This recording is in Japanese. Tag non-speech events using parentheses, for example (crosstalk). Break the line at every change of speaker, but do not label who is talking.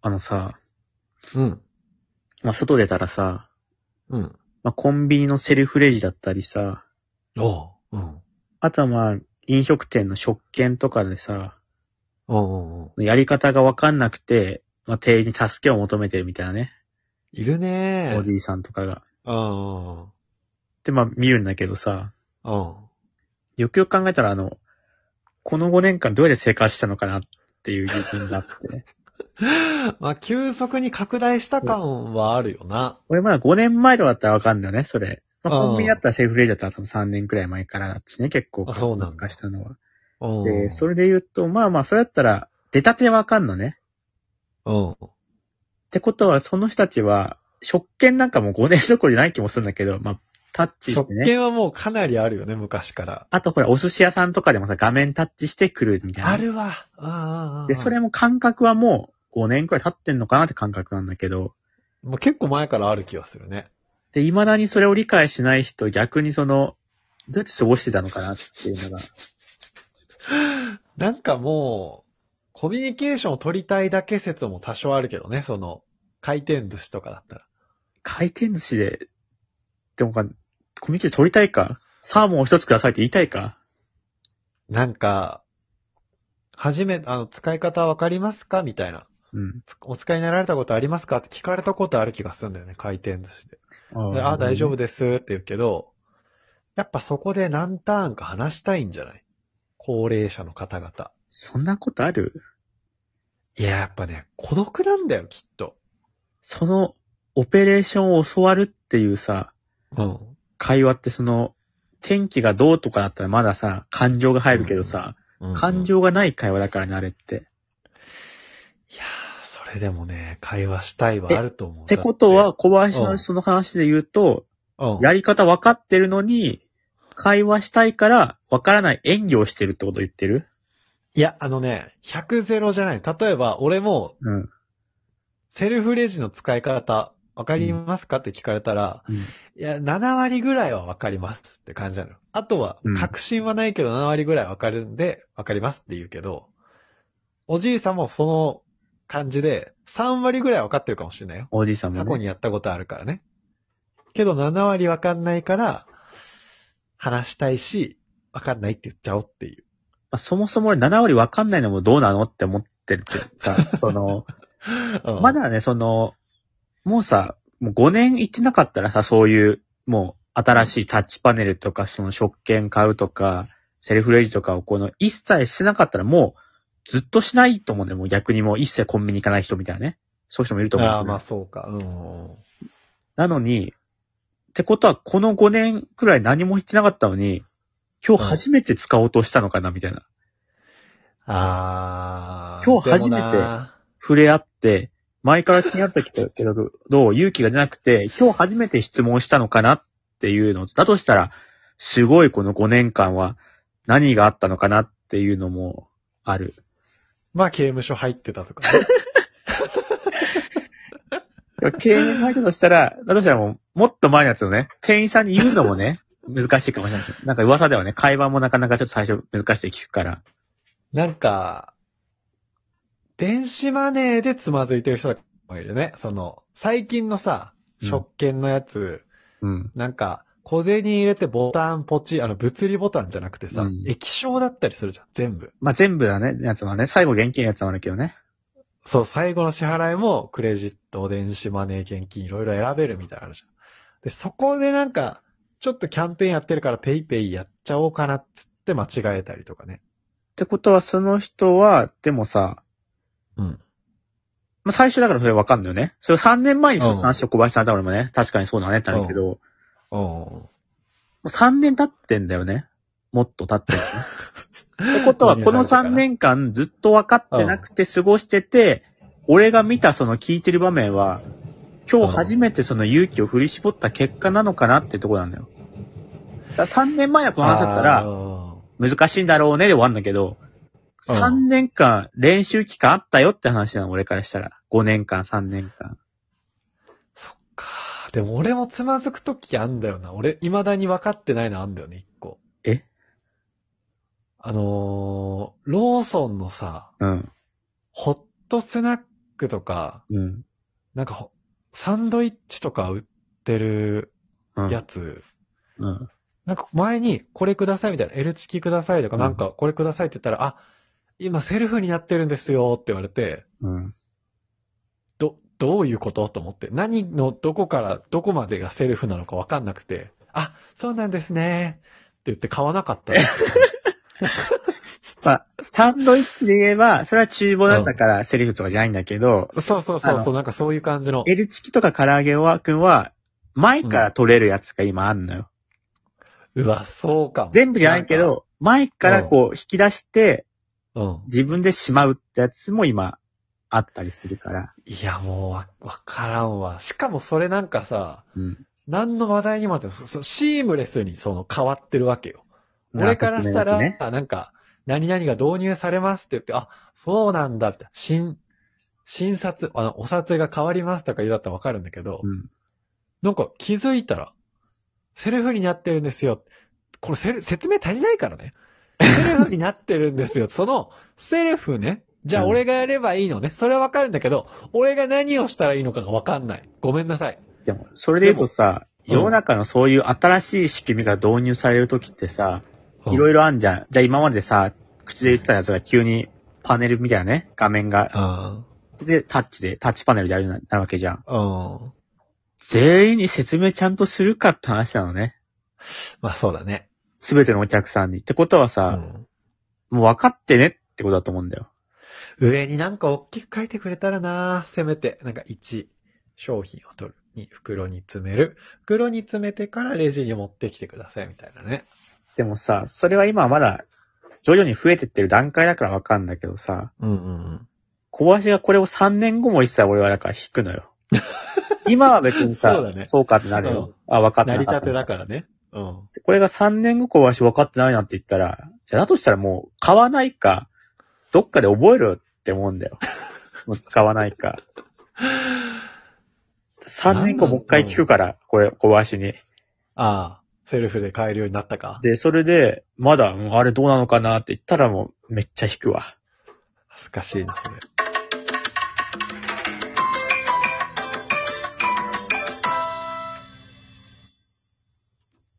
あのさ、
うん。
まあ、外出たらさ、
うん。
まあ、コンビニのセルフレジだったりさ、
おう。うん。
あとはまあ、飲食店の食券とかでさ、
おうおうおう。
やり方がわかんなくて、まあ、店員に助けを求めてるみたいなね、
いるねー。
おじいさんとかが。
うん。うん
で、まあ、見るんだけどさ、
うん。
よくよく考えたらあの、この5年間どうやって生活したのかなっていう疑問があって、
(laughs)
ね。
まあ、急速に拡大した感はあるよな。
俺まだ5年前とかだったらわかんないよね、それ。まあ、
うん
コンビニだったらセルフレジだったら多分3年くらい前からだしね、結構。
あそうなんだ
化したのは。
うん。
で、そ
れ。
れで言うと、まあまあ、それだったら、出たてわかんのね。
うん。
ってことは、その人たちは、食券なんかもう5年どころじゃない気もするんだけど、まあ、タッチし
食
てね。
券はもうかなりあるよね、昔から。
あとほら、お寿司屋さんとかでもさ、画面タッチしてくるみたいな。
あるわ。ああ。
で、それも感覚はもう5年くらい経ってんのかなって感覚なんだけど、
もう結構前からある気がするね。
で、未だにそれを理解しない人、逆にその、どうやって過ごしてたのかなっていうのが。
なんかもう、コミュニケーションを取りたいだけ説も多少あるけどね、その、回転寿司とかだったら。
回転寿司で、でもか、コミュニケーション取りたいかサーモンを一つくださいって言いたいか
なんか、初め、あの、使い方わかりますかみたいな。
うん。
つお使いになられたことありますかって聞かれたことある気がするんだよね、回転寿司で。であ、大丈夫ですって言うけど、やっぱそこで何ターンか話したいんじゃない高齢者の方々。
そんなことある
いや、やっぱね、孤独なんだよ、きっと。
その、オペレーションを教わるっていうさ、
うん。
会話ってその、天気がどうとかだったらまださ、感情が入るけどさ、感情がない会話だからね、あれって。
いやー、それでもね、会話したいはあると思う。
ってこと
だ
は、小林
う
の
ん
その話で言うと、
って、
やり方分かってるのに、会話したいから分からない演技をしてるってこと言ってる
いや、あのね、100ゼロじゃない。例えば、俺も、
うん。
セルフレジの使い方、わかりますかって聞かれたら、いや、7割ぐらいはわかりますって感じなの。あとは
うん、
確信はないけど7割ぐらいわかるんで、わかりますって言うけど、おじいさんもその感じで、3割ぐらいわかってるかもしれないよ。
おじいさんも
過去
ね。
にやったことあるからね。けど7割わかんないから、話したいし、わかんないって言っちゃおうっていう。
まあそもそも俺7割分かんないのもどうなのって思ってるけど
(laughs)
さ、その、
うん
まだね、その、もうさ、もう5年行ってなかったらさ、そういう、もう新しいタッチパネルとか、その食券買うとか、セルフレジとかをこの一切してなかったらもうずっとしないと思うんだよ。もう逆にもう一切コンビニ行かない人みたいなね。そういう人もいると思うんだ
あ
よ
あ、
ね、
まあそうか。うん。
なのに、ってことはこの5年くらい何も言ってなかったのに、今日初めて使おうとしたのかなみたいな。
ああ。
今日初めて
でもな
触れ合って、前から気になったけど、どう勇気が出なくて、今日初めて質問したのかなっていうの、だとしたら、すごいこの5年間は何があったのかなっていうのもある。
まあ刑務所入ってたとかね。
経営者だとしたら、だとしたらもう、もっと前のやつをね、店員さんに言うのもね、 (laughs) 難しいかもしれない。なんか噂ではね、会話もなかなかちょっと最初難しいって聞くから。
(laughs) なんか、電子マネーでつまずいてる人とかもいるね。その、最近のさ、
うん
食券のやつ、
うん。
なんか、小銭入れてボタンポチ、あの、物理ボタンじゃなくてさ、
うん
液晶だったりするじゃん、全部。
まあ、全部だね、やつはね、最後現金のやつもあるけどね。
そう、最後の支払いも、クレジット、電子マネー、現金、いろいろ選べるみたいなのあるじゃん。で、そこでなんか、ちょっとキャンペーンやってるからペイペイやっちゃおうかなっつって間違えたりとかね。
ってことは、その人は、でもさ、
うん。
まあ、最初だからそれわかんないよね。それ3年前にその話を小林さんと俺もね、確かにそうだねってなるけど、も
お
う3年経ってんだよね。もっと経ってる、ね。ってこと
(laughs)
は、この3年間ずっと分かってなくて過ごしてて、俺が見たその聞いてる場面は、今日初めてその勇気を振り絞った結果なのかなってとこなんだよ。だ3年前のこの話だった
あ
ら、
ー
難しいんだろうねで終わるんだけど、
うん
3年間練習期間あったよって話なの、俺からしたら。5年間、3年間。
そっか。でも俺もつまずくときあんだよな。俺、未だに分かってないのあんだよね、一個。
え
あのー、ローソンのさ、
うん。
ホットスナックとか、
うん。
なんかほ、サンドイッチとか売ってる
うん。
やつ、
うん。
なんか前にこれくださいみたいな、L チキくださいとか、
うん
なんかこれくださいって言ったら、あ、今セルフになってるんですよって言われて、
うん。
ど、どういうことと思って、何のどこからどこまでがセルフなのかわかんなくて、あ、そうなんですねって言って買わなか
(laughs)
ったんですよ。
まあ、サンドイッチで言えば、それは厨房だったからセリフとかじゃないんだけど、
そうそうそうそう、なんかそういう感じの。
L チキとか唐揚げはくんは、前から取れるやつが今あんのよ。
うわ、そうかも。
全部じゃないけど、前からこう引き出して、
なんか。うん。
自分でしまうってやつも今、あったりするから。
いや、もうわ、わからんわ。しかもそれなんかさ、
うん。
何の話題にもあって、そそシームレスにその変わってるわけよ。俺からしたら、
ね、
あなんか、何々が導入されますって言って、あ、そうなんだって、新、新札、あの、お札が変わりますとか言うだったらわかるんだけど、
うん。
なんか気づいたら、セルフになってるんですよ。これセル、説明足りないからね。セルフになってるんですよ。そ (laughs) の、セルフね。じゃあ
うん
俺がやればいいのね。それはわかるんだけど、俺が何をしたらいいのかがわかんない。ごめんなさい。
でも、それで言うとさ、
でも
世の中のそういう新しい仕組みが導入されるときってさ、いろ
い
いろあんじゃん。じゃあ今までさ、口で言ってたやつが急にパネルみたいなね、画面が、
ろ。
で、タッチで、タッチパネルでやるようになるわけじゃん。
うん。うん。
全員に説明ちゃんとするかって話なのね。
まあそうだね。
すべてのお客さんに。ってことは
う
さ、
ん。
もう分かってねってことだと思うんだよ。
上になんか大きく書いてくれたらなせめて。なんか1、商品を取る。2、袋に詰める。袋に詰めてからレジに持ってきてくださいみたいなね。
でもさ、それは今はまだ、徐々に増えてってる段階だから分かんだけどさ、
うんうん
小林がこれを3年後も一切俺はだから引くの
(laughs)
よ。今は別にさ、
そうだね
かってなるよ。あ、分か
う
っ
ん。
て
成
な
り
かっ
立
た
てだからね。うん。
これが3年後小林分かってないなって言ったら、じゃあだとしたらもう買わないか、どっかで覚えろって思うんだよ。もう使わないか。3年後もう一回聞くから、これ、小林に。
ああ、セルフで買えるようになったか。
で、それで、まだ、うんあれどうなのかなって言ったらもう、めっちゃ引くわ。
恥ずかしいな、それ。